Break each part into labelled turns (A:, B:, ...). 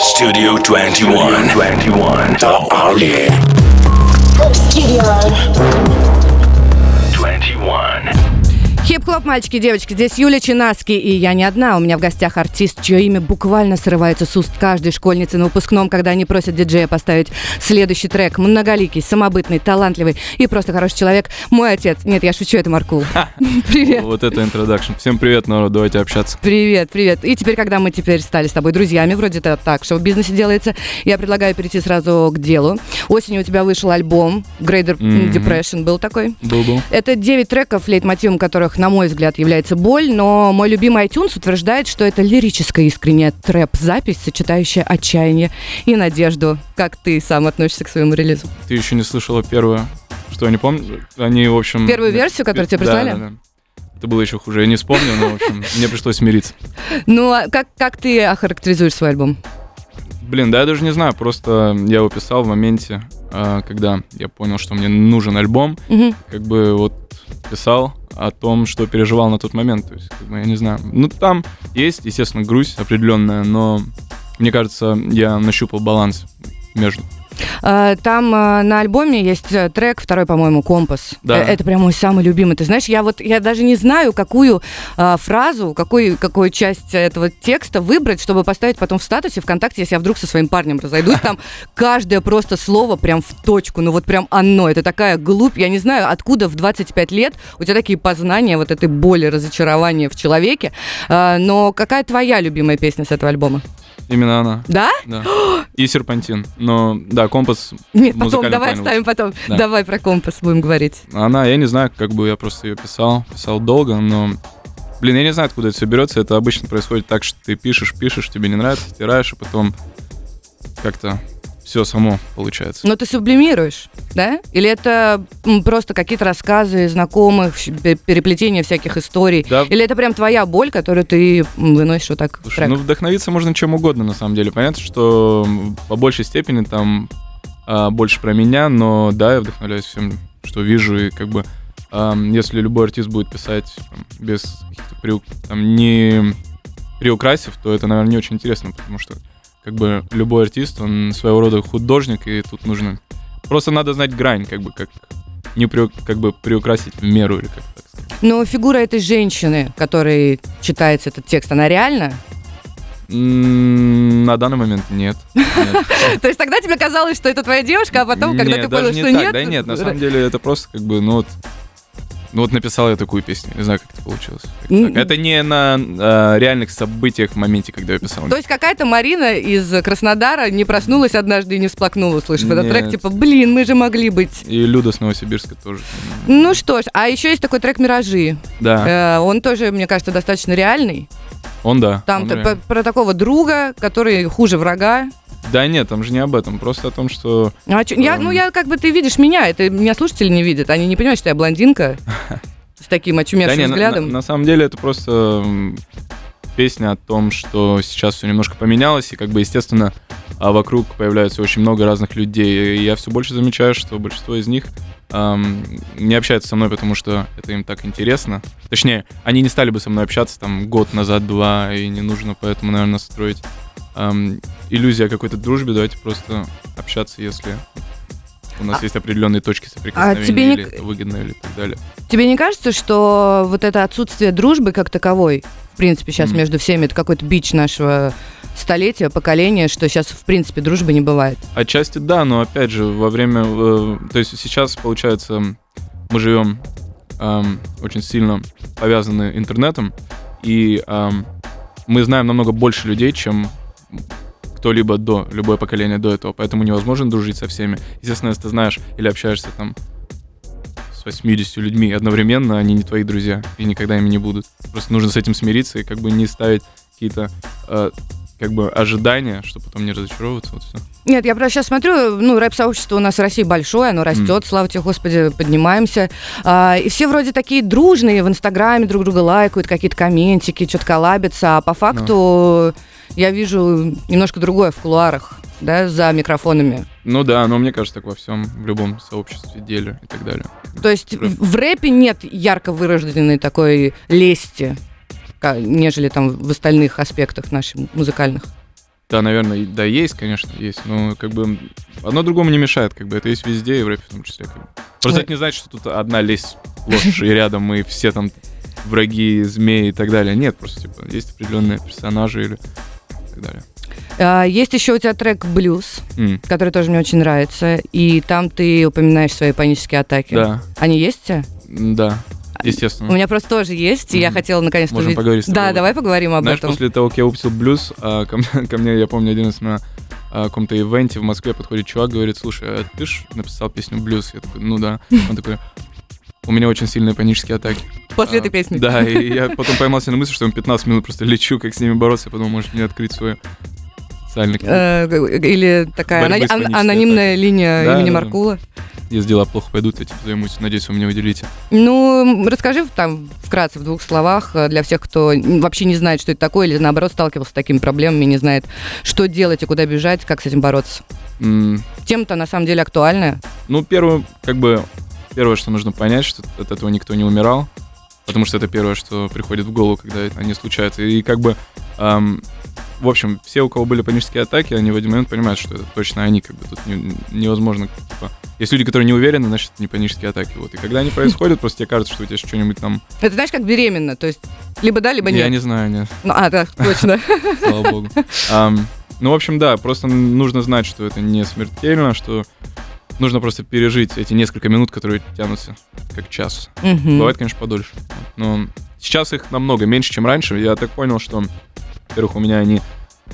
A: Studio 21. 21. The Army.
B: Studio.
A: 21.
C: Хип-хоп, мальчики и девочки, здесь Юля Чинаски, и я не одна. У меня в гостях артист, чье имя буквально срывается с уст каждой школьницы на выпускном, когда они просят диджея поставить следующий трек. Многоликий, самобытный, талантливый и просто хороший человек. Мой отец. Нет, я шучу, это Маркул. Привет.
D: Вот это интродакшн. Всем привет, народ, давайте общаться.
C: Привет, привет. И теперь, когда мы теперь стали с тобой друзьями, вроде это так, что в бизнесе делается, я предлагаю перейти сразу к делу. Осенью у тебя вышел альбом Greater
D: Мгм.
C: Depression, был такой.
D: Был-был.
C: Это 9 треков, лейтмотивом которых, на мой взгляд, является боль, но мой любимый iTunes утверждает, что это лирическая искренняя трэп-запись, сочетающая отчаяние и надежду. Как ты сам относишься к своему релизу?
D: Ты еще не слышала первую, что я не помню. Они, в общем...
C: Первую версию, которую тебе
D: Да,
C: прислали?
D: да, да. Это было еще хуже, я не вспомнил, но, в общем, мне пришлось смириться.
C: Ну, а как, как ты охарактеризуешь свой альбом?
D: Блин, да я даже не знаю, просто я его писал в моменте, а, когда я понял, что мне нужен альбом,
C: Мгм.
D: как бы вот писал о том, что переживал на тот момент, то есть, как бы, я не знаю. Ну, там есть, естественно, грусть определенная, но мне кажется, я нащупал баланс между.
C: А, Там а, на альбоме есть э, трек, второй, по-моему, «Компас».
D: Да.
C: Э, Это прям мой самый любимый. Ты знаешь, я вот я даже не знаю, какую а, фразу, какую, какую часть этого текста выбрать, чтобы поставить потом в статусе ВКонтакте, если я вдруг со своим парнем разойдусь. Там каждое просто слово прям в точку, ну вот прям оно. Это такая глубь. Я не знаю, откуда в 25 лет у тебя такие познания вот этой боли, разочарования в человеке. А, Но какая твоя любимая песня с этого альбома?
D: Именно она.
C: Да?
D: Да. И серпантин. Но да, компас.
C: Нет,
D: в
C: потом,
D: музыкальном
C: давай
D: плане
C: оставим потом.
D: Да.
C: Давай про компас будем говорить.
D: лучше. Она, я не знаю, как бы я просто ее писал, писал долго, но. Блин, я не знаю, откуда это все берется. Это обычно происходит так, что ты пишешь, пишешь, тебе не нравится, стираешь, а потом как-то все само получается.
C: Но Ну, ты сублимируешь, да? Или это м, просто какие-то рассказы знакомых, щ- пе- переплетение всяких историй?
D: Да.
C: Или это прям твоя боль, которую ты м, выносишь вот так в
D: Слушай,
C: трек?
D: ну вдохновиться можно чем угодно, на самом деле. Понятно, что м, по большей степени там а, больше про меня, но да, я вдохновляюсь всем, что вижу, и как бы ам, если любой артист будет писать там, без каких-то приу- там, не приукрасив, то это, наверное, не очень интересно, потому что как бы любой артист, он своего рода художник, и тут нужно... Просто надо знать грань, как бы, как не приу- как бы приукрасить в меру или как так сказать.
C: Но Ну, фигура этой женщины, которой читается этот текст, она реальна?
D: М, На данный момент нет. Нет.
C: То есть тогда тебе казалось, что это твоя девушка, а потом, когда
D: Нет,
C: ты
D: даже
C: понял,
D: не
C: что
D: так,
C: нет... э,
D: Да нет, на самом деле это просто как бы, ну вот... Ну вот написал я такую песню, не знаю, как это получилось. Как-то
C: М.
D: так. Это не на а, реальных событиях в моменте, когда я писал.
C: То есть какая-то Марина из Краснодара не проснулась однажды и не всплакнула, услышав этот трек,
D: Нет.
C: типа, блин, мы же могли быть.
D: И Люда с Новосибирска тоже.
C: Ну что ж, а еще есть такой трек «Миражи». Э,
D: Да,
C: он тоже, мне кажется, достаточно реальный.
D: он да.
C: Там
D: он
C: т-
D: реально.
C: п- про такого друга, который хуже врага.
D: Да нет, там же не об этом, просто о том, что...
C: А чё- я,
D: Эм.
C: ну, я как бы ты видишь меня, это меня слушатели не видят. Они не понимают, что я блондинка с таким
D: да
C: очумевшим
D: не, на-
C: взглядом.
D: На, на самом деле это просто м, песня о том, что сейчас все немножко поменялось, и как бы, естественно, а, вокруг появляется очень много разных людей. И я все больше замечаю, что большинство из них ам, не общаются со мной, потому что это им так интересно. Точнее, они не стали бы со мной общаться там год назад, два, и не нужно поэтому, наверное, строить ам, иллюзию о какой-то дружбе. Давайте просто общаться, если у нас есть определенные точки соприкосновения,
C: А тебе не
D: или
C: к-
D: это выгодно, или так далее.
C: Тебе не кажется, что вот это отсутствие дружбы как таковой, в принципе, сейчас
D: М.
C: между всеми, это какой-то бич нашего столетия, поколения, что сейчас, в принципе, дружбы не бывает?
D: Отчасти да, но опять же, во время... э, то есть сейчас, получается, м, мы живем эм, очень сильно повязаны интернетом, и эм, мы знаем намного больше людей, чем кто-либо до, любое поколение до этого, поэтому невозможно дружить со всеми. Естественно, если ты знаешь или общаешься там с 80 людьми одновременно, они не твои друзья и никогда ими не будут. Просто нужно с этим смириться и как бы не ставить какие-то э, как бы ожидания, чтобы потом не разочаровываться, вот все.
C: Нет, я просто сейчас смотрю, ну, рэп-сообщество у нас в России большое, оно растет, слава тебе, Господи, поднимаемся. А, и все вроде такие дружные в Инстаграме друг друга лайкают, какие-то комментики, что-то коллабятся, а по факту я вижу немножко другое в кулуарах, да, за микрофонами.
D: Ну да, но мне кажется, так во всем, в любом сообществе, деле и так далее.
C: То есть
D: Рэп.
C: в в рэпе нет ярко выраженной такой лести, ка- нежели там в остальных аспектах наших музыкальных.
D: Да, наверное, и- да, есть, конечно, есть, но как бы одно другому не мешает, как бы это есть везде, и в рэпе в том числе. как бы. Просто
C: Ой.
D: это не значит, что тут одна лезть ложь и рядом, и все там враги, змеи и так далее. Нет, просто типа есть определенные персонажи или так далее.
C: А, Есть еще у тебя трек «Блюз»,
D: М,
C: который тоже мне очень нравится, и там ты упоминаешь свои панические атаки.
D: Да,
C: Они есть у тебя?
D: м, да,
C: У
D: естественно.
C: меня просто тоже есть, и я
D: Мгм.
C: хотела наконец-то
D: Можем
C: увидеть.
D: поговорить с тобой.
C: Да, давай поговорим об
D: Знаешь,
C: этом.
D: после того, как я выпустил блюз, а, ко, мне, ко мне, я помню, один раз на а, каком-то ивенте в Москве подходит чувак, говорит, слушай, а ты ж написал песню блюз? Я такой, ну да. Он такой, у меня очень сильные панические атаки.
C: После
D: А,
C: этой песни.
D: Да, и я потом поймался на мысли, что он 15 минут просто лечу, как с ними бороться, я подумал, может, мне открыть свою социальный клуб.
C: Э, Или такая
D: Борьбы
C: ани-
D: с
C: ан-
D: панической
C: анонимная линия
D: Да,
C: имени
D: да, да.
C: Маркула.
D: Если дела плохо пойдут, я этим займусь. Надеюсь, вы меня уделите.
C: Ну, м, расскажи в- там вкратце, в двух словах, э, для всех, кто м, вообще не знает, что это такое, или наоборот сталкивался с такими проблемами, не знает, что делать и куда бежать, как с этим бороться.
D: М,
C: Тема-то на самом деле актуальная.
D: Ну, первое, как бы, первое, что нужно понять, что от этого никто не умирал, потому что это первое, что приходит в голову, когда они случаются. И как бы, ам, в общем, все, у кого были панические атаки, они в один момент понимают, что это точно они, как бы, тут не- невозможно, типа, есть люди, которые не уверены, значит, это не панические атаки. Вот. И когда они происходят, просто тебе кажется, что у тебя что-нибудь там...
C: Это знаешь, как беременна, то есть либо да, либо
D: Я
C: нет.
D: не знаю, нет.
C: Ну, а, да, точно.
D: Слава богу. Ам, ну, в общем, да, просто нужно знать, что это не смертельно, что нужно просто пережить эти несколько минут, которые тянутся как час.
C: Мгм.
D: Бывает, конечно, подольше. Но сейчас их намного меньше, чем раньше. Я так понял, что, во-первых, у меня они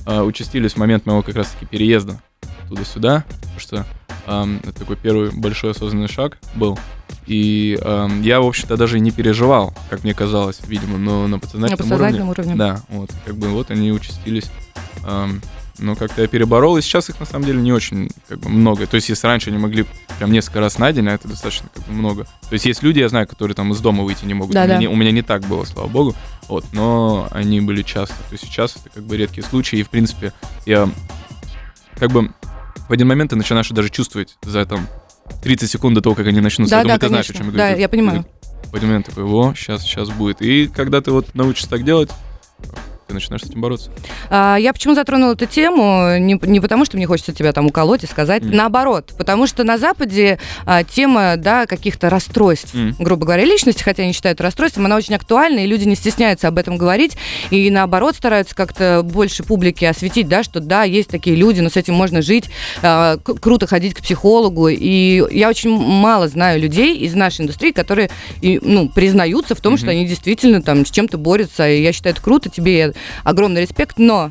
D: а, участились в момент моего как раз-таки переезда туда-сюда, потому что ам, это такой первый большой осознанный шаг был. И ам, я, в общем-то, даже и не переживал, как мне казалось, видимо, но на
C: На
D: подсознательном уровне
C: подсознательном уровне.
D: да, вот, как бы вот они участились. Ам, но как-то я переборол, и сейчас их на самом деле не очень как бы, много. То есть, если раньше они могли прям несколько раз на день, а это достаточно как бы, много. То есть, есть люди, я знаю, которые там из дома выйти не могут.
C: Да-да.
D: у, меня, не- у меня не так было, слава богу. Вот, но они были часто. То есть сейчас это как бы редкие случаи. И в принципе, я как бы в один момент ты начинаешь даже чувствовать за там 30 секунд до того, как они начнутся.
C: Да,
D: я думаю,
C: да,
D: ты знаешь, о
C: конечно.
D: чем я
C: Да,
D: говорю. Ты-
C: я понимаю.
D: ты В один момент такой, во, сейчас, сейчас будет. И когда ты вот научишься так делать, ты начинаешь с этим бороться.
C: А, Я почему затронула эту тему? Не, не потому, что мне хочется тебя там уколоть и сказать.
D: Мгм.
C: Наоборот, потому что на Западе а, тема да, каких-то расстройств,
D: Мгм.
C: грубо говоря, личности, хотя они считают расстройством, она очень актуальна, и люди не стесняются об этом говорить. И наоборот, стараются как-то больше публики осветить, да, что да, есть такие люди, но с этим можно жить. а, к- круто ходить к психологу. И я очень мало знаю людей из нашей индустрии, которые и, ну, признаются в том,
D: Мгм.
C: что они действительно там с чем-то борются. И я считаю, это круто, тебе огромный респект, но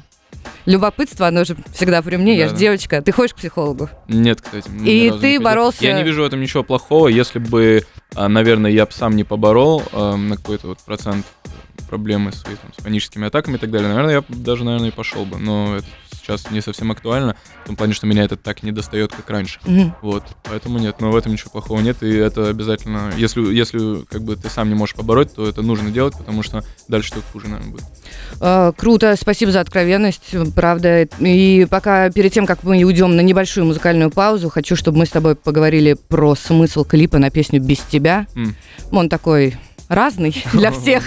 C: любопытство, оно же всегда при мне, я же
D: Да-да.
C: девочка. Ты ходишь к психологу?
D: Нет, кстати. ни
C: И
D: разу
C: ты
D: не ходил.
C: боролся-
D: Я не вижу в этом ничего плохого, если бы, а, наверное, я бы сам не поборол а, на какой-то вот процент э, проблемы свои там, с паническими атаками и так далее. Наверное, я б даже, наверное, и пошел бы. Но это сейчас не совсем актуально, в том плане, что меня это так не достает, как раньше.
C: Мгм.
D: Вот, поэтому нет, но в этом ничего плохого нет, и это обязательно, если, если как бы ты сам не можешь побороть, то это нужно делать, потому что дальше только хуже, наверное, будет.
C: Э, Круто, спасибо за откровенность, правда. И пока перед тем, как мы уйдем на небольшую музыкальную паузу, хочу, чтобы мы с тобой поговорили про смысл клипа на песню «Без тебя».
D: М.
C: Он такой разный для всех.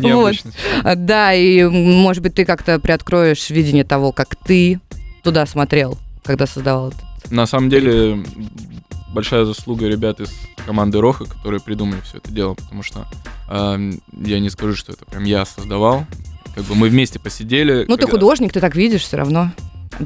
D: Необычно.
C: А, Да, и м, может быть ты как-то приоткроешь видение того, как ты туда смотрел, когда создавал это.
D: На самом деле, м, большая заслуга ребят из команды Роха, которые придумали все это дело, потому что эм, я не скажу, что это прям я создавал. Как бы мы вместе посидели.
C: Ну, ты
D: когда-
C: художник, ты так видишь все равно.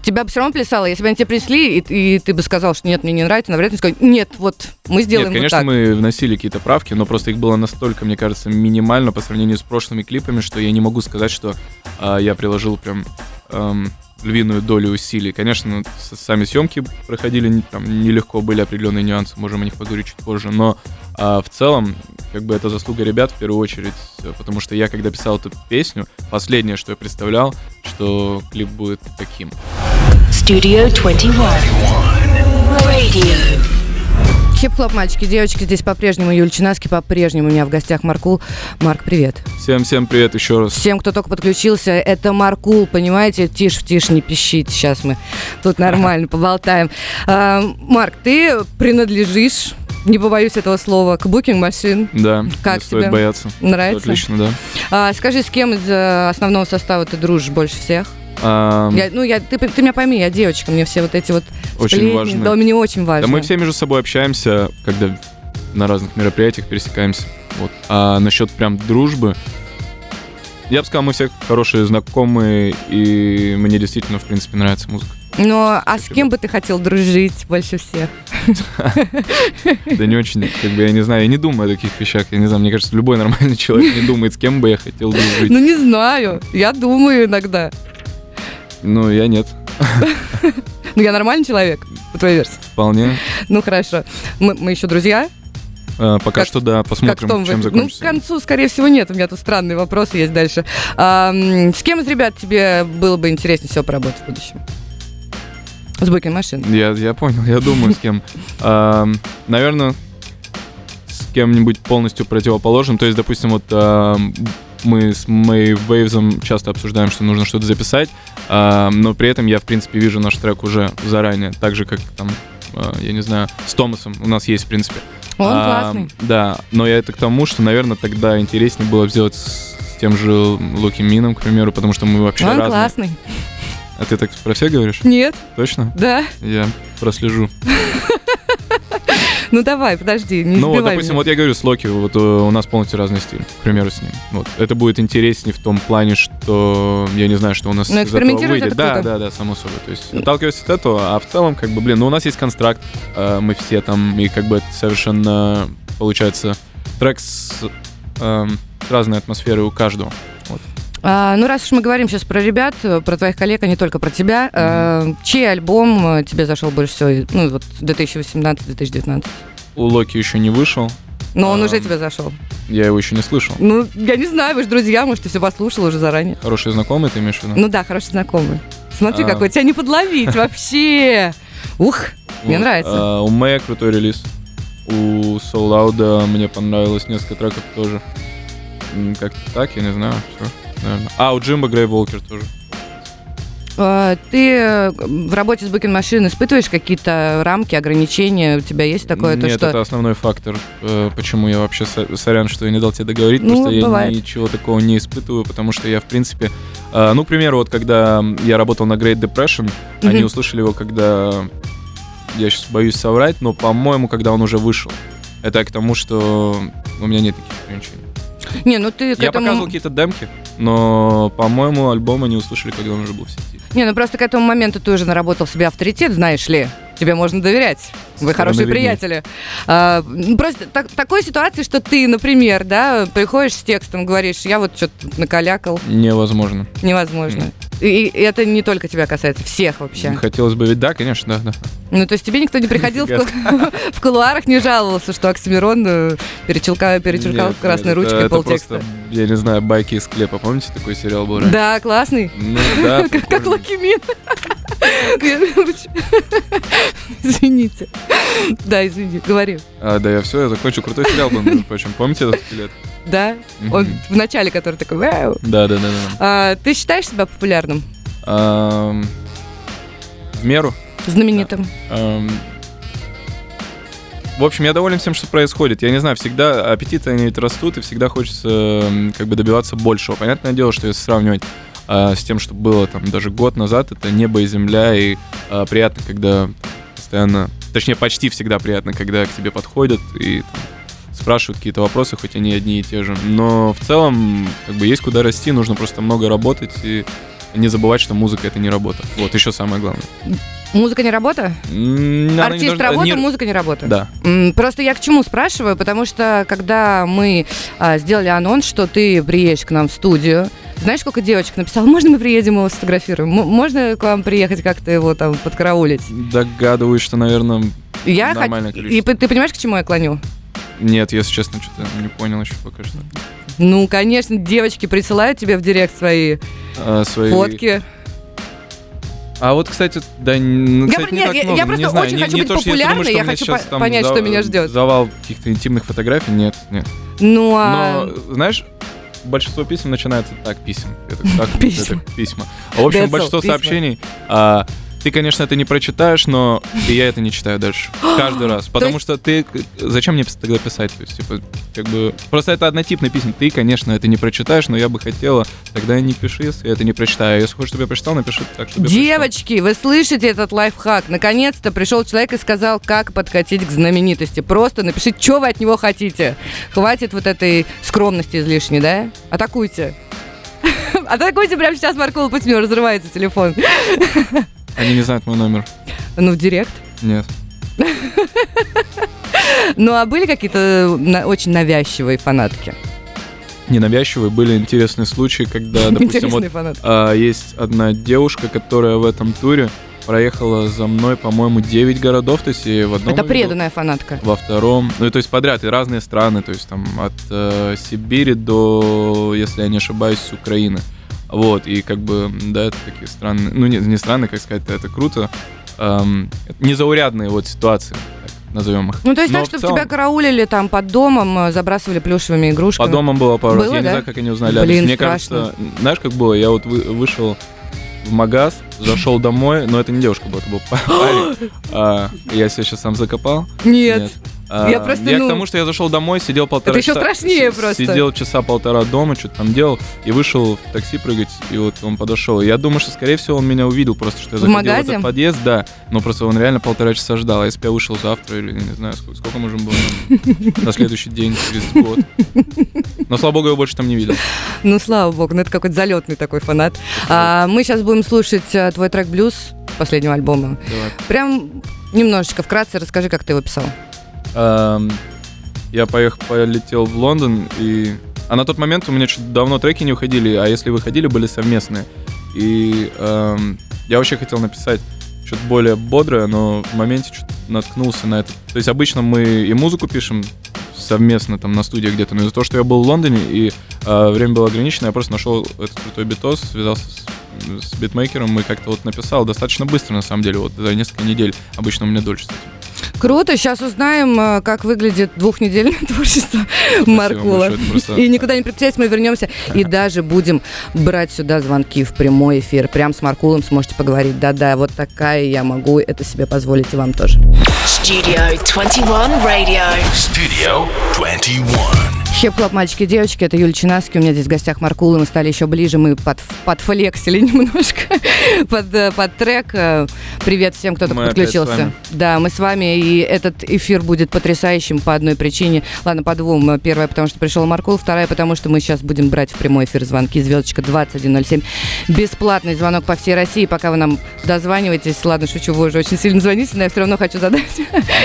C: Тебя бы все равно плясало. Если бы они тебе принесли, и, и ты бы сказал, что нет, мне не нравится, навряд ли сказали, нет, вот мы сделаем
D: Нет, конечно,
C: вот так.
D: мы вносили какие-то правки, но просто их было настолько, мне кажется, минимально по сравнению с прошлыми клипами, что я не могу сказать, что а, я приложил прям эм, львиную долю усилий. Конечно, с- сами съемки проходили не- там нелегко, были определенные нюансы, можем о них поговорить чуть позже, но а, в целом, как бы это заслуга ребят в первую очередь, э, потому что я, когда писал эту песню, последнее, что я представлял, что клип будет таким.
B: Studio 21. Radio.
C: Хип-хлоп, мальчики, девочки, здесь по-прежнему Юль Чинаски, по-прежнему у меня в гостях Маркул. Марк, привет.
D: Всем-всем привет еще раз.
C: Всем, кто только подключился, это Маркул, понимаете? Тише, тише, не пищите. Сейчас мы тут нормально поболтаем. А, Марк, ты принадлежишь, не побоюсь этого слова, к Booking машин.
D: Да,
C: Как
D: не стоит
C: тебе?
D: бояться.
C: Нравится?
D: Отлично, да.
C: А, скажи, с кем из э, основного состава ты дружишь больше всех?
D: Ам,
C: Я- ну, я, ты, ты меня пойми, я девочка, мне все вот эти вот
D: Очень
C: сплетни-
D: важно.
C: Да, мне очень важно.
D: Да мы все между собой общаемся, когда на разных мероприятиях пересекаемся. Вот. А насчет прям дружбы, я бы сказал, мы все хорошие знакомые, и мне действительно, в принципе, нравится музыка.
C: Но а с кем бы ты хотел дружить больше всех?
D: Да не очень, как бы, я не знаю, я не думаю о таких вещах. Я не знаю, мне кажется, любой нормальный человек не думает, с кем бы я хотел дружить.
C: Ну, не знаю. Я думаю иногда.
D: Ну, я нет,
C: Ну, я нормальный человек, по твоей версии.
D: вполне.
C: Ну, хорошо. Мы, мы еще друзья?
D: А, Пока
C: Как-
D: что, да,
C: как в том
D: посмотрим, чем
C: вы- Ну, к
D: закончится.
C: концу, скорее всего, нет. У меня тут странные вопросы есть дальше. А, м, с кем из ребят тебе было бы интереснее всего поработать в будущем? С Букин машин.
D: Я, я понял, я думаю, с кем. Наверное, с кем-нибудь полностью противоположным. То есть, допустим, вот эм, мы с Мэй Вейвзом часто обсуждаем, что нужно что-то записать, эм, но при этом я, в принципе, вижу наш трек уже заранее, так же, как там, э, я не знаю, с Томасом у нас есть, в принципе.
C: Он
D: Эм,
C: классный.
D: Да, но я это к тому, что, наверное, тогда интереснее было бы сделать с с тем же Луки Мином, к примеру, потому что мы вообще
C: Он
D: разные.
C: классный.
D: А ты так про все говоришь?
C: Нет,
D: Точно?
C: да.
D: Я прослежу.
C: Ну давай, подожди, не
D: Ну, вот,
C: сбивай
D: допустим,
C: меня.
D: вот я говорю с Локи, вот э, у нас полностью разный стиль, к примеру, с ним. Вот. Это будет интереснее в том плане, что я не знаю, что у нас
C: Ну,
D: из этого
C: экспериментировать
D: выйдет.
C: это
D: да,
C: круто.
D: да, да, само собой. То есть отталкиваясь от этого, а в целом, как бы, блин, ну у нас есть констракт, э, мы все там, и как бы это совершенно получается трек с эм, разной атмосферой у каждого.
C: А, ну, раз уж мы говорим сейчас про ребят, э, про твоих коллег, а не только про тебя, э, чей альбом э, тебе зашел больше всего? и- Ну, вот 2018-2019.
D: У Локи еще не вышел,
C: Но он уже
D: Ам.
C: тебе зашел.
D: я его еще не слышал.
C: Ну, я не знаю, вы же друзья, может, ты все послушал уже заранее.
D: Хороший знакомый ты имеешь в виду?
C: Ну да, хороший знакомый. Смотри,
D: А.
C: какой тебя не подловить вообще. Ух, мне
D: Вот.
C: нравится.
D: А, у Мэя крутой релиз. У Soul Loud мне понравилось несколько треков тоже. М, Как-то так, я не знаю, все, наверное. А, у Джимба Грей Волкер тоже.
C: А, Ты э, в работе с Букин Машин испытываешь какие-то рамки, ограничения? У тебя есть такое, то
D: Нет,
C: что...
D: это основной фактор, э, почему я вообще, со- сорян, что я не дал тебе договорить,
C: Ну,
D: потому что
C: бывает.
D: я ничего такого не испытываю, потому что я, в принципе... э, ну, к примеру, вот когда я работал на Great Depression, они
C: Мгм.
D: услышали его, когда... Я сейчас боюсь соврать, но, по-моему, когда он уже вышел. Это к тому, что у меня нет таких ограничений.
C: Не, ну ты к
D: Я
C: этому-
D: показывал какие-то демки, но, по-моему, альбом они услышали, когда он уже был в сети.
C: Не, ну просто к этому моменту ты уже наработал себе авторитет, знаешь ли. Тебе можно доверять. Вы
D: стороны
C: хорошие
D: людей.
C: приятели. А, ну, просто так- такой ситуации, что ты, например, да, приходишь с текстом, говоришь, я вот что-то накалякал,
D: Невозможно.
C: невозможно. И, и это не только тебя касается, всех вообще.
D: Хотелось бы ведь, да, конечно, да, да.
C: Ну, то есть тебе никто не приходил в, кул- в кулуарах, не жаловался, что Оксимирон э, перечелка- перечеркал
D: Нет,
C: красной
D: нет,
C: ручкой
D: это,
C: полтекста.
D: Это просто, я не знаю, байки из клепа. Помните, такой сериал был раньше?
C: Да, классный.
D: Ну да,
C: Как, как
D: прикольно.
C: Лакимин. Извините. Да, извини, говори.
D: А, да, я все, я закончу. Крутой сериал был, между прочим. Помните этот скелет?
C: Да?
D: Мгм.
C: Он в начале, который такой... «Вау».
D: Да, да, да, да.
C: А, Ты считаешь себя популярным?
D: Ам, В меру.
C: Знаменитым?
D: Эм, В общем, я доволен всем, что происходит. Я не знаю, всегда аппетиты, они ведь растут, и всегда хочется эм, как бы добиваться большего. Понятное дело, что если сравнивать э, с тем, что было там даже год назад, это небо и земля, и э, приятно, когда постоянно, точнее, почти всегда приятно, когда к тебе подходят и там, спрашивают какие-то вопросы, хоть они одни и те же. Но в целом, как бы, есть куда расти, нужно просто много работать и не забывать, что музыка — это не работа. Вот, еще самое главное.
C: Музыка не работа?
D: М, она не
C: Артист
D: должна- э,
C: работа,
D: не-
C: музыка не работа?
D: Да.
C: М, Просто я к чему спрашиваю, потому что когда мы а, сделали анонс, что ты приедешь к нам в студию, знаешь, сколько девочек написало, можно мы приедем его сфотографируем, М- можно к вам приехать как-то его там подкараулить?
D: Догадываюсь, что, наверное...
C: Я хот-
D: Нормальное
C: И
D: количество.
C: п- ты понимаешь, к чему я клоню?
D: Нет, если честно, что-то не понял еще пока что.
C: Ну, конечно, девочки присылают тебе в директ свои
D: А, свои...
C: фотки.
D: А вот, кстати, да, н- ну,
C: Я
D: кстати,
C: про-
D: не
C: нет,
D: так
C: я- я
D: много,
C: просто
D: не знаю,
C: очень
D: не-
C: хочу
D: не
C: быть
D: то, что
C: популярной, я
D: думаю,
C: хочу
D: что у
C: по-
D: меня сейчас там
C: понять, что меня ждет.
D: Завал каких-то интимных фотографий, нет, нет.
C: Ну, а...
D: Но, знаешь, большинство писем начинается так, писем. Это так,
C: Писем.
D: это письма. А, В общем,
C: Децл,
D: большинство
C: письма.
D: сообщений... а, Ты, конечно, это не прочитаешь, но и я это не читаю дальше. Каждый раз. Потому
C: есть-
D: что ты... Зачем мне тогда писать? То есть, типа, как бы... Просто это однотипное письма. Ты, конечно, это не прочитаешь, но я бы хотела... Тогда не пиши, если я это не прочитаю. Если хочешь, чтобы я прочитал, напиши так, чтобы я прочитал.
C: Девочки, вы слышите этот лайфхак? Наконец-то пришел человек и сказал, как подкатить к знаменитости. Просто напишите, что вы от него хотите. Хватит вот этой скромности излишней, да? Атакуйте. Атакуйте прямо сейчас, Маркула, пусть у него разрывается телефон.
D: Они не знают мой номер.
C: Ну, в директ.
D: Нет.
C: Ну, а были какие-то на- очень навязчивые фанатки?
D: Ненавязчивые были интересные случаи, когда, допустим, вот
C: Интересные фанатки.
D: А, есть одна девушка, которая в этом туре проехала за мной, по-моему, 9 городов, то есть и в одном...
C: Это
D: виду,
C: преданная фанатка.
D: Во втором, ну и то есть подряд, и разные страны, то есть там от э, Сибири до, если я не ошибаюсь, Украины. Вот, и как бы, да, это такие странные, ну не, не странные, как сказать, это круто. Эм, незаурядные вот ситуации, так назовем их.
C: Ну, то есть
D: Но
C: так,
D: в
C: чтобы
D: целом-
C: тебя караулили там под домом, э, забрасывали плюшевыми игрушками.
D: По домам А было пару раз.
C: Было,
D: Я не
C: да?
D: знаю, как они узнали
C: Блин,
D: адрес. Мне
C: страшно.
D: кажется, знаешь, как было? Я вот вы- вышел в магаз, зашел домой, но это не девушка была, это был па- парень. А, Я себя сейчас сам закопал.
C: Нет.
D: А,
C: Я просто,
D: Я
C: ну,
D: к тому, что я зашел домой, сидел полтора
C: это еще
D: часа.
C: страшнее
D: с-
C: просто.
D: Сидел часа полтора дома, что-то там делал, и вышел в такси прыгать, и вот он подошел. Я думаю, что, скорее всего, он меня увидел просто, что я
C: В
D: заходил в
C: магазе?
D: этот подъезд, да. Но просто он реально полтора часа ждал. А если бы я вышел завтра или, не знаю, сколько, сколько можем было там, на следующий день, через год. Но, слава богу, я его больше там не видел.
C: Ну, слава богу, ну это какой-то залетный такой фанат. А, мы сейчас будем слушать э, твой трек «Блюз» последнего альбома.
D: Давай.
C: Прям немножечко вкратце расскажи, как ты его писал.
D: Эм, Я поехал, полетел в Лондон, и... А на тот момент у меня что-то давно треки не уходили, а если выходили, были совместные. И эм, я вообще хотел написать что-то более бодрое, но в моменте чё-то наткнулся на это. То есть обычно мы и музыку пишем совместно там на студии где-то, но из-за того, что я был в Лондоне и э, время было ограничено, я просто нашел этот крутой битос, связался с, с битмейкером и как-то вот написал достаточно быстро, на самом деле, вот за несколько недель. Обычно у меня дольше, кстати.
C: Круто, сейчас узнаем, э, как выглядит двухнедельное творчество Маркула.
D: большое, это просто-
C: И никуда не прекращайтесь, мы вернемся и даже будем брать сюда звонки в прямой эфир. Прям с Маркулом сможете поговорить. Да-да, вот такая я могу это себе позволить и вам тоже.
B: Studio 21 Radio.
A: Studio 21.
C: Хип-хоп, мальчики и девочки, это Юлия Чинаски. У меня здесь в гостях Маркул, и мы стали еще ближе. Мы под, подфлексили немножко под, э, под трек. Э, Привет всем, кто только
D: Мы опять с
C: подключился.
D: вами.
C: Да, мы с вами, и этот эфир будет потрясающим по одной причине. Ладно, по двум. Э, Первая, потому что пришел Маркул, вторая, потому что мы сейчас будем брать в прямой эфир звонки. Звездочка 2107. Бесплатный звонок по всей России. Пока вы нам дозваниваетесь, ладно, шучу, вы уже очень сильно звоните, но я все равно хочу задать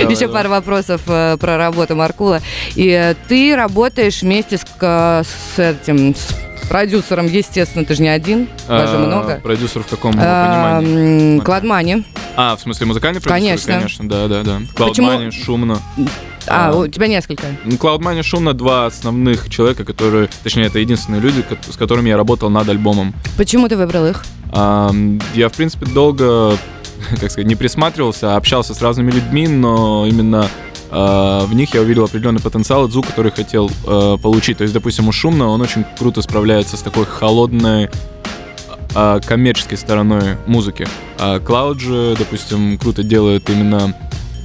C: еще
D: давай.
C: пару вопросов э, про работу Маркула. И э, ты работаешь вместе с, к- с этим с продюсером, естественно, ты же не один, даже
D: А,
C: много.
D: Продюсер в каком
C: А,
D: понимании?
C: м, Кладмани.
D: А, в смысле музыкальный продюсер?
C: Конечно.
D: да, да, да.
C: Почему-
D: Cloud шумно.
C: А,
D: А.
C: у тебя несколько.
D: Cloud шумно два основных человека, которые, точнее, это единственные люди, ко- с которыми я работал над альбомом.
C: Почему ты выбрал их?
D: Ам, Я, в принципе, долго, как сказать, не присматривался, а общался с разными людьми, но именно а, в них я увидел определенный потенциал и звук, который хотел э, получить. То есть, допустим, у Шумно он очень круто справляется с такой холодной а, коммерческой стороной музыки. А Клауд же, допустим, круто делает именно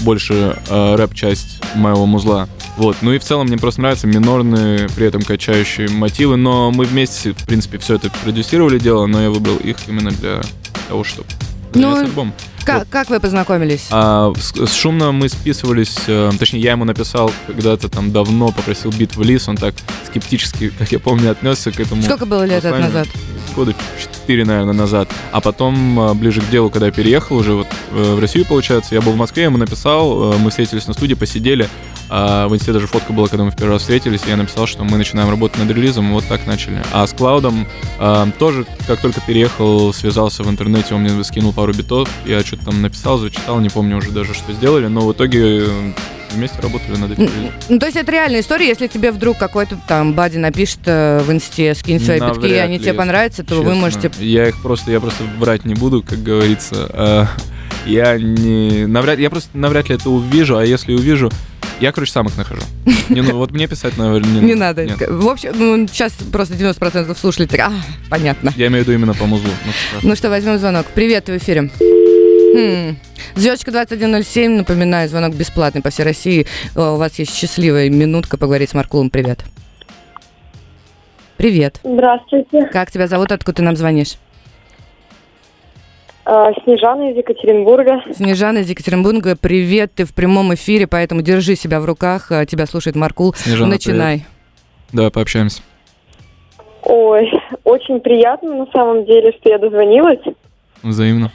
D: больше э, рэп-часть моего музла. Вот. Ну и в целом мне просто нравятся минорные, при этом качающие мотивы, но мы вместе, в принципе, все это продюсировали дело, но я выбрал их именно для того, чтобы
C: Ну,
D: занять альбом.
C: Ка- Как вы познакомились?
D: Э, А, с, с Шумно мы списывались, э, точнее, я ему написал когда-то там давно, попросил бит в лис, он так скептически, как я помню, отнесся к этому.
C: Сколько было лет это
D: посланию.
C: назад?
D: Года 4, наверное, назад. А потом, э, ближе к делу, когда я переехал уже вот э, в Россию, получается, я был в Москве, я ему написал, э, мы встретились на студии, посидели. А В инсте даже фотка была, когда мы в первый раз встретились, и я написал, что мы начинаем работать над релизом, вот так начали. А с Клаудом э, тоже, как только переехал, связался в интернете, он мне скинул пару битов, я что-то там написал, зачитал, не помню уже даже, что сделали, но в итоге э, вместе работали над этим релизом.
C: Ну, то есть это реальная история, если тебе вдруг какой-то там бади напишет э, в инсте, скинь свои
D: Навряд
C: битки, и они
D: ли,
C: тебе
D: если
C: понравятся, то вы
D: Честно,
C: можете...
D: Я их просто, я просто врать не буду, как говорится. А, Я не, навряд, я просто навряд ли это увижу, а если увижу, я, короче, сам их нахожу. Не, ну вот мне писать, наверное, не,
C: Не надо.
D: Нет.
C: В общем, ну, сейчас просто 90% слушали, так, а, понятно.
D: Я имею в виду именно по музлу. Ну, что ж.
C: Ну что, возьмем звонок. Привет, ты в эфире. Звездочка 2107, напоминаю, звонок бесплатный по всей России. Э, У вас есть счастливая минутка поговорить с Маркулом. Привет. Привет.
E: Здравствуйте.
C: Как тебя зовут, откуда ты нам звонишь?
E: А, Снежана из Екатеринбурга.
C: Снежана из Екатеринбурга, привет, ты в прямом эфире, поэтому держи себя в руках, э, тебя слушает Маркул.
D: Снежана,
C: Начинай.
D: привет. Давай пообщаемся.
E: Ой, очень приятно на самом деле, что я дозвонилась.
D: Взаимно.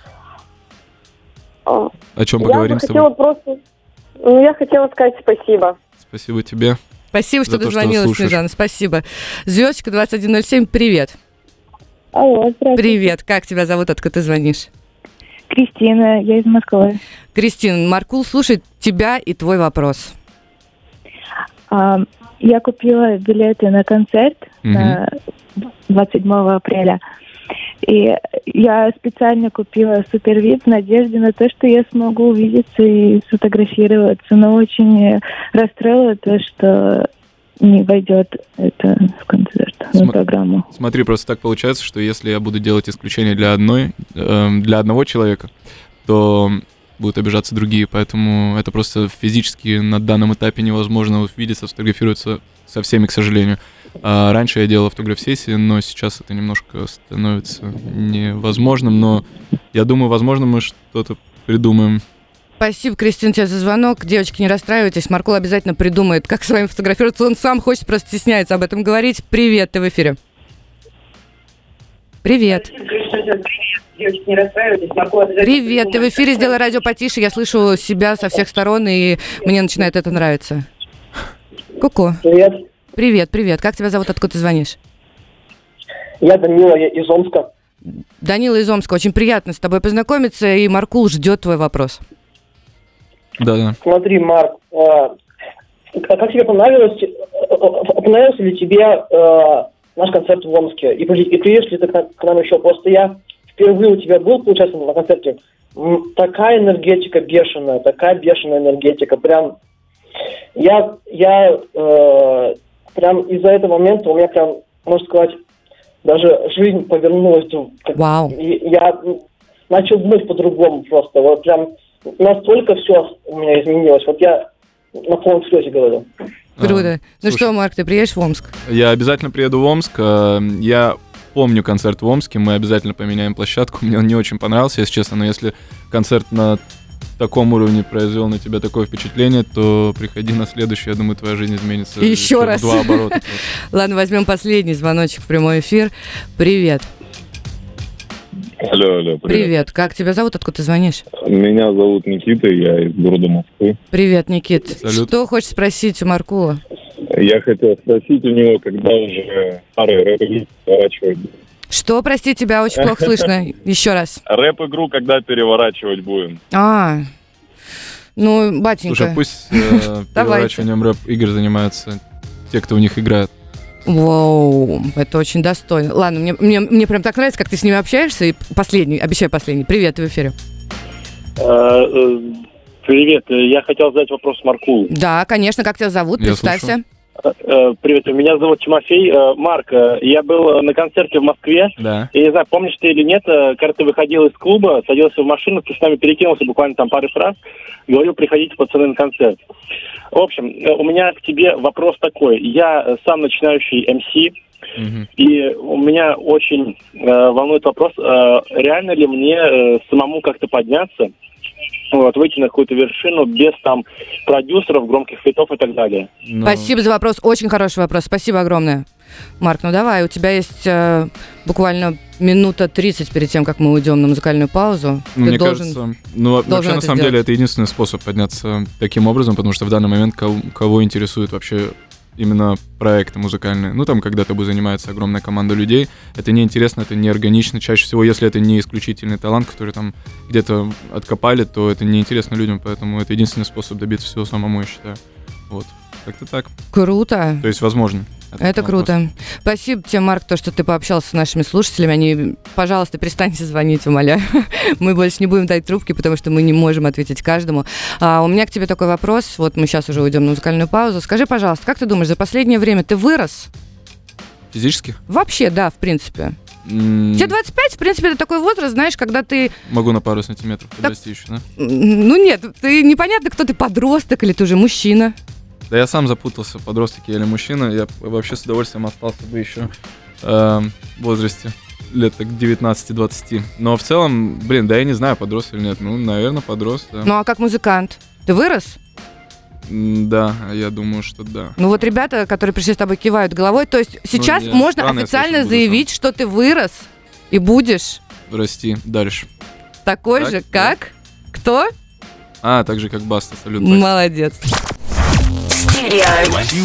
E: А,
D: О чем
E: Я
D: поговорим
E: бы
D: с тобой?
E: хотела просто... Ну, я хотела сказать спасибо.
D: Спасибо тебе.
C: Спасибо, что
D: За то, что
C: дозвонилась,
D: слушаешь.
C: Снежана, спасибо. Звездочка 2107, привет.
E: Алло,
C: Привет, как тебя зовут, откуда ты звонишь?
F: Кристина, я из Москвы.
C: Кристина, Маркул слушает тебя и твой вопрос.
F: А, Я купила билеты на концерт
D: Мгм.
F: на 27 апреля. И я специально купила супервип в надежде на то, что я смогу увидеться и сфотографироваться. Но очень расстроила то, что не войдет это в концерт, на
D: Сма-
F: программу.
D: Смотри, просто так получается, что если я буду делать исключение для одной, эм, для одного человека, то будут обижаться другие, поэтому это просто физически на данном этапе невозможно увидеться, сфотографироваться со всеми, к сожалению. А раньше я делал фотограф-сессии, но сейчас это немножко становится невозможным, но я думаю, возможно, мы что-то придумаем.
C: Спасибо, Кристина, тебе за звонок. Девочки, не расстраивайтесь, Маркул обязательно придумает, как с вами фотографироваться. Он сам хочет, просто стесняется об этом говорить. Привет, ты в эфире. Привет. Привет, ты в эфире, сделай радио потише, я слышу себя со всех сторон, и мне начинает это нравиться. Куку.
G: Привет,
C: Привет, привет. Как тебя зовут, откуда ты звонишь?
G: я Данила, я из Омска.
C: Данила из Омска, очень приятно с тобой познакомиться, и Маркул ждет твой вопрос.
D: Да-да.
G: Смотри, Марк, э, а как тебе понравилось, э, э, понравился ли тебе э, наш концерт в Омске? И, при- и приедешь ли ты к на- к нам еще? Просто я впервые у тебя был, получается, на концерте. М, Такая энергетика бешеная, такая бешеная энергетика. Прям я, я э, прям из-за этого момента у меня прям, можно сказать, даже жизнь повернулась в- как
C: Вау.
G: И я начал думать по-другому просто. Вот прям настолько все у меня изменилось. Вот я на полном слезе говорю.
C: Круто. ну
D: А, слушай.
C: что, Марк, ты приедешь в Омск?
D: Я обязательно приеду в Омск. э, Я помню концерт в Омске. Мы обязательно поменяем площадку. Мне он не очень понравился, если честно. Но если концерт на таком уровне произвел на тебя такое впечатление, то приходи на следующий. Я думаю, твоя жизнь изменится.
C: Еще
D: в
C: раз.
D: Два оборота.
C: Ладно, возьмем последний звоночек в прямой эфир. Привет.
H: Алло, алло, привет.
C: Привет. Как тебя зовут? Откуда ты звонишь?
H: Меня зовут Никита, я из города Москвы.
C: Привет, Никит.
D: Салют.
C: Что хочешь спросить у Маркула?
H: Я хотел спросить у него, когда уже старый рэп-игру переворачивать. будем?
C: Что, прости, тебя очень плохо слышно. Еще раз.
H: Рэп-игру когда переворачивать будем?
C: А, ну,
D: Слушай, а
C: батенька.
D: пусть э, переворачиванием рэп-игр занимаются те, кто в них играет.
C: Вау, это очень достойно. Ладно, мне, мне, мне прям так нравится, как ты с ними общаешься. И последний, обещаю последний. Привет, ты в эфире.
G: А, э, Привет, я хотел задать вопрос Марку. А, э,
C: Да, конечно, как тебя зовут?
D: Я
C: Представься.
D: слушаю.
G: Привет, меня зовут Тимофей. Э, Марк, я был на концерте в Москве.
D: Да.
G: Я не знаю, помнишь ты или нет, э, когда ты выходил из клуба, садился в машину, ты с нами перекинулся буквально там пару фраз, говорил, приходите, пацаны, на концерт. В общем, э, у меня к тебе вопрос такой. Я э, сам начинающий МС,
D: Мгм.
G: и у меня очень э, волнует вопрос, э, реально ли мне э, самому как-то подняться, вот, выйти на какую-то вершину без там продюсеров, громких фитов и так далее.
D: Но-
C: Спасибо за вопрос. Очень хороший вопрос. Спасибо огромное. Марк, ну давай, у тебя есть э, буквально минута 30 перед тем, как мы уйдем на музыкальную паузу.
D: Ну,
C: Ты
D: Мне
C: должен...
D: кажется, ну вообще
C: должен
D: на
C: это
D: самом деле
C: сделать.
D: это единственный способ подняться таким образом, потому что в данный момент кого, кого интересует вообще именно проекты музыкальные. Ну там, когда тобой занимается огромная команда людей, это неинтересно, это неорганично. Чаще всего, если это не исключительный талант, который там где-то откопали, то это неинтересно людям, поэтому это единственный способ добиться всего самому, я считаю. Вот. Как-то так.
C: Круто.
D: То есть, возможно. Ответ
C: Это
D: на вопрос.
C: круто. Спасибо тебе, Марк, то, что ты пообщался с нашими слушателями. Они, пожалуйста, перестаньте звонить, умоляю. Мы больше не будем дать трубки, потому что мы не можем ответить каждому. А у меня к тебе такой вопрос. Вот мы сейчас уже уйдем на музыкальную паузу. Скажи, пожалуйста, как ты думаешь, за последнее время ты вырос?
D: Физически?
C: Вообще, да, в принципе.
D: М,
C: Тебе 25, в принципе, это такой возраст, знаешь, когда ты...
D: Могу на пару сантиметров подрасти еще, да?
C: м, Ну нет, ты непонятно, кто ты, подросток или ты уже мужчина.
D: Да я сам запутался, подростки или мужчина. Я б вообще с удовольствием остался бы еще эм, в возрасте лет так 19-20. Но в целом, блин, да я не знаю, подрос или нет. Ну, наверное, подрос, да.
C: Ну а как музыкант? Ты вырос?
D: М, Да, я думаю, что да.
C: Ну вот ребята, которые пришли с тобой, кивают головой. То есть сейчас
D: Ну, я
C: можно
D: странно, если
C: официально
D: очень буду
C: заявить, что ты вырос и будешь
D: Расти дальше.
C: такой
D: Так,
C: же,
D: да.
C: как... Кто?
D: А, так же, как Баста, салют. Бэк.
C: Молодец.
B: Studio
A: 21.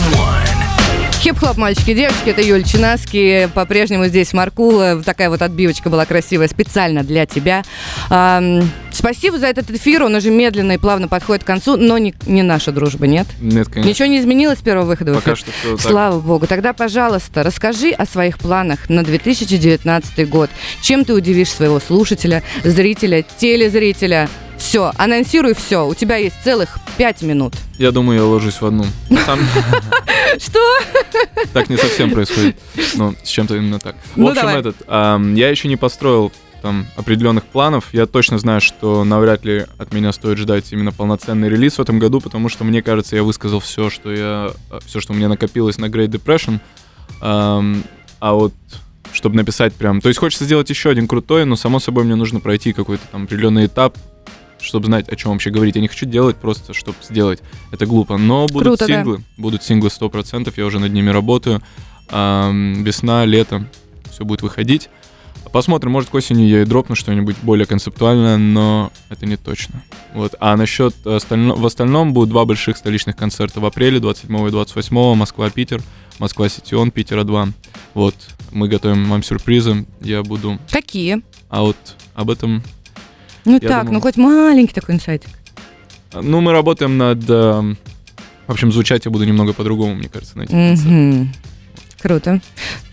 C: Хип-хоп, мальчики и девочки, это Юль Чинаски. По-прежнему здесь Маркула. Такая вот отбивочка была красивая специально для тебя. Ам, спасибо за этот эфир. Он уже медленно и плавно подходит к концу, но не, не наша дружба, нет?
D: Нет, конечно.
C: Ничего не изменилось с первого выхода в
D: Пока
C: эфир?
D: что все так.
C: Слава богу. Тогда, пожалуйста, расскажи о своих планах на 2019 год. Чем ты удивишь своего слушателя, зрителя, телезрителя? Все, анонсируй все. У тебя есть целых пять минут.
D: Я думаю, я ложусь в одну. На самом-
C: Что?
D: Так не совсем происходит. Но с чем-то именно так. В
C: Ну,
D: общем,
C: давай.
D: этот. ам, Я еще не построил там определенных планов. Я точно знаю, что навряд ли от меня стоит ждать именно полноценный релиз в этом году, потому что мне кажется, я высказал все, что я, все, что у меня накопилось на Great Depression. Ам, А вот чтобы написать прям... То есть хочется сделать еще один крутой, но само собой мне нужно пройти какой-то там определенный этап, чтобы знать, о чем вообще говорить. Я не хочу делать просто, чтобы сделать. Это глупо. Но будут
C: Круто, да.
D: синглы. Будут синглы 100%. Я уже над ними работаю. Ам, весна, лето. Все будет выходить. Посмотрим, может, к осени я и дропну что-нибудь более концептуальное, но это не точно. Вот. А насчет остального... В остальном будут два больших столичных концерта в апреле, 27 и 28, Москва-Питер, Москва-Ситион, Питера-2. Вот. Мы готовим вам сюрпризы. Я буду...
C: Какие?
D: А вот об этом
C: Ну
D: Я
C: так,
D: думал-
C: ну хоть маленький такой инсайт.
D: Ну, мы работаем над... эм, В общем, звучать я буду немного по-другому, мне кажется, на этих концертах.
C: Мгм. Круто.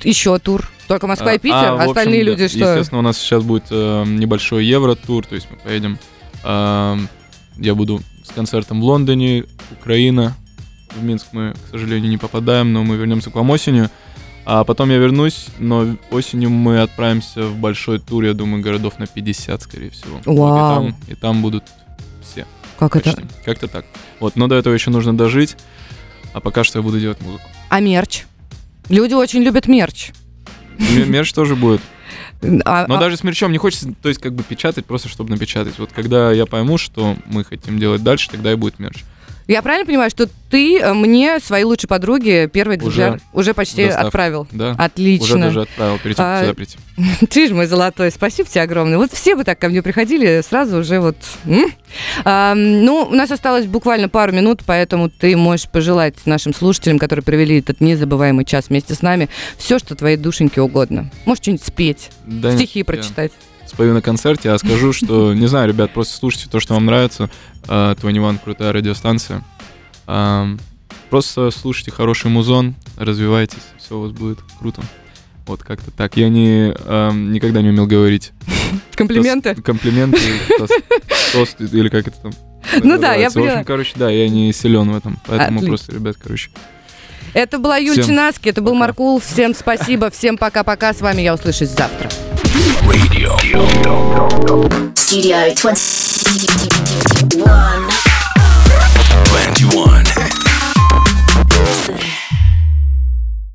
C: Еще тур. Только Москва и
D: А,
C: Питер,
D: а, в общем,
C: остальные
D: да.
C: люди что?
D: Естественно, у нас сейчас будет эм, небольшой евро-тур, то есть мы поедем... эм, Я буду с концертом в Лондоне, Украина. В Минск мы, к сожалению, не попадаем, но мы вернемся к вам осенью. А потом я вернусь, но осенью мы отправимся в большой тур, я думаю, городов на 50, скорее всего. Вот, и
C: Вау.
D: там- и там будут все.
C: Как это?
D: Почти. Как-то так. Вот, но до этого еще нужно дожить. А пока что я буду делать музыку.
C: А мерч? Люди очень любят мерч.
D: М- Мерч тоже будет.
C: А-
D: Но
C: а-
D: даже с мерчом не хочется, то есть как бы печатать, просто чтобы напечатать. Вот когда я пойму, что мы хотим делать дальше, тогда и будет мерч.
C: Я правильно понимаю, что ты э, мне своей лучшей подруге первый экземпляр уже, почти
D: доставка.
C: отправил?
D: Да? Уже
C: Отлично.
D: даже отправил перед тем,
C: А,
D: как сюда прийти.
C: Ты же мой золотой, спасибо тебе огромное. Вот все бы так ко мне приходили, сразу уже вот... м? А, ну, у нас осталось буквально пару минут, поэтому ты можешь пожелать нашим слушателям, которые провели этот незабываемый час вместе с нами, все, что твоей душеньке угодно. Можешь что-нибудь спеть,
D: Да нет,
C: стихи
D: я
C: прочитать.
D: Спою на концерте, а скажу, что, не знаю, ребят, просто слушайте то, что вам нравится. А, 21 крутая радиостанция. Ам, Просто слушайте хороший музон, развивайтесь, все у вас будет круто. Вот как-то так. Я не, ам, никогда не умел говорить
C: Комплименты.
D: Тос- комплименты, тос- тост, или как это там?
C: Ну да, я
D: называется. В
C: поняла.
D: общем, короче, да, я не силен в этом, поэтому
C: Отлично.
D: просто, ребят, короче.
C: Это была Юль
D: Всем
C: Чинаски, это был
D: пока.
C: Маркул. Всем спасибо, всем пока-пока. С вами я услышусь завтра.
B: Studio 21.
A: 21.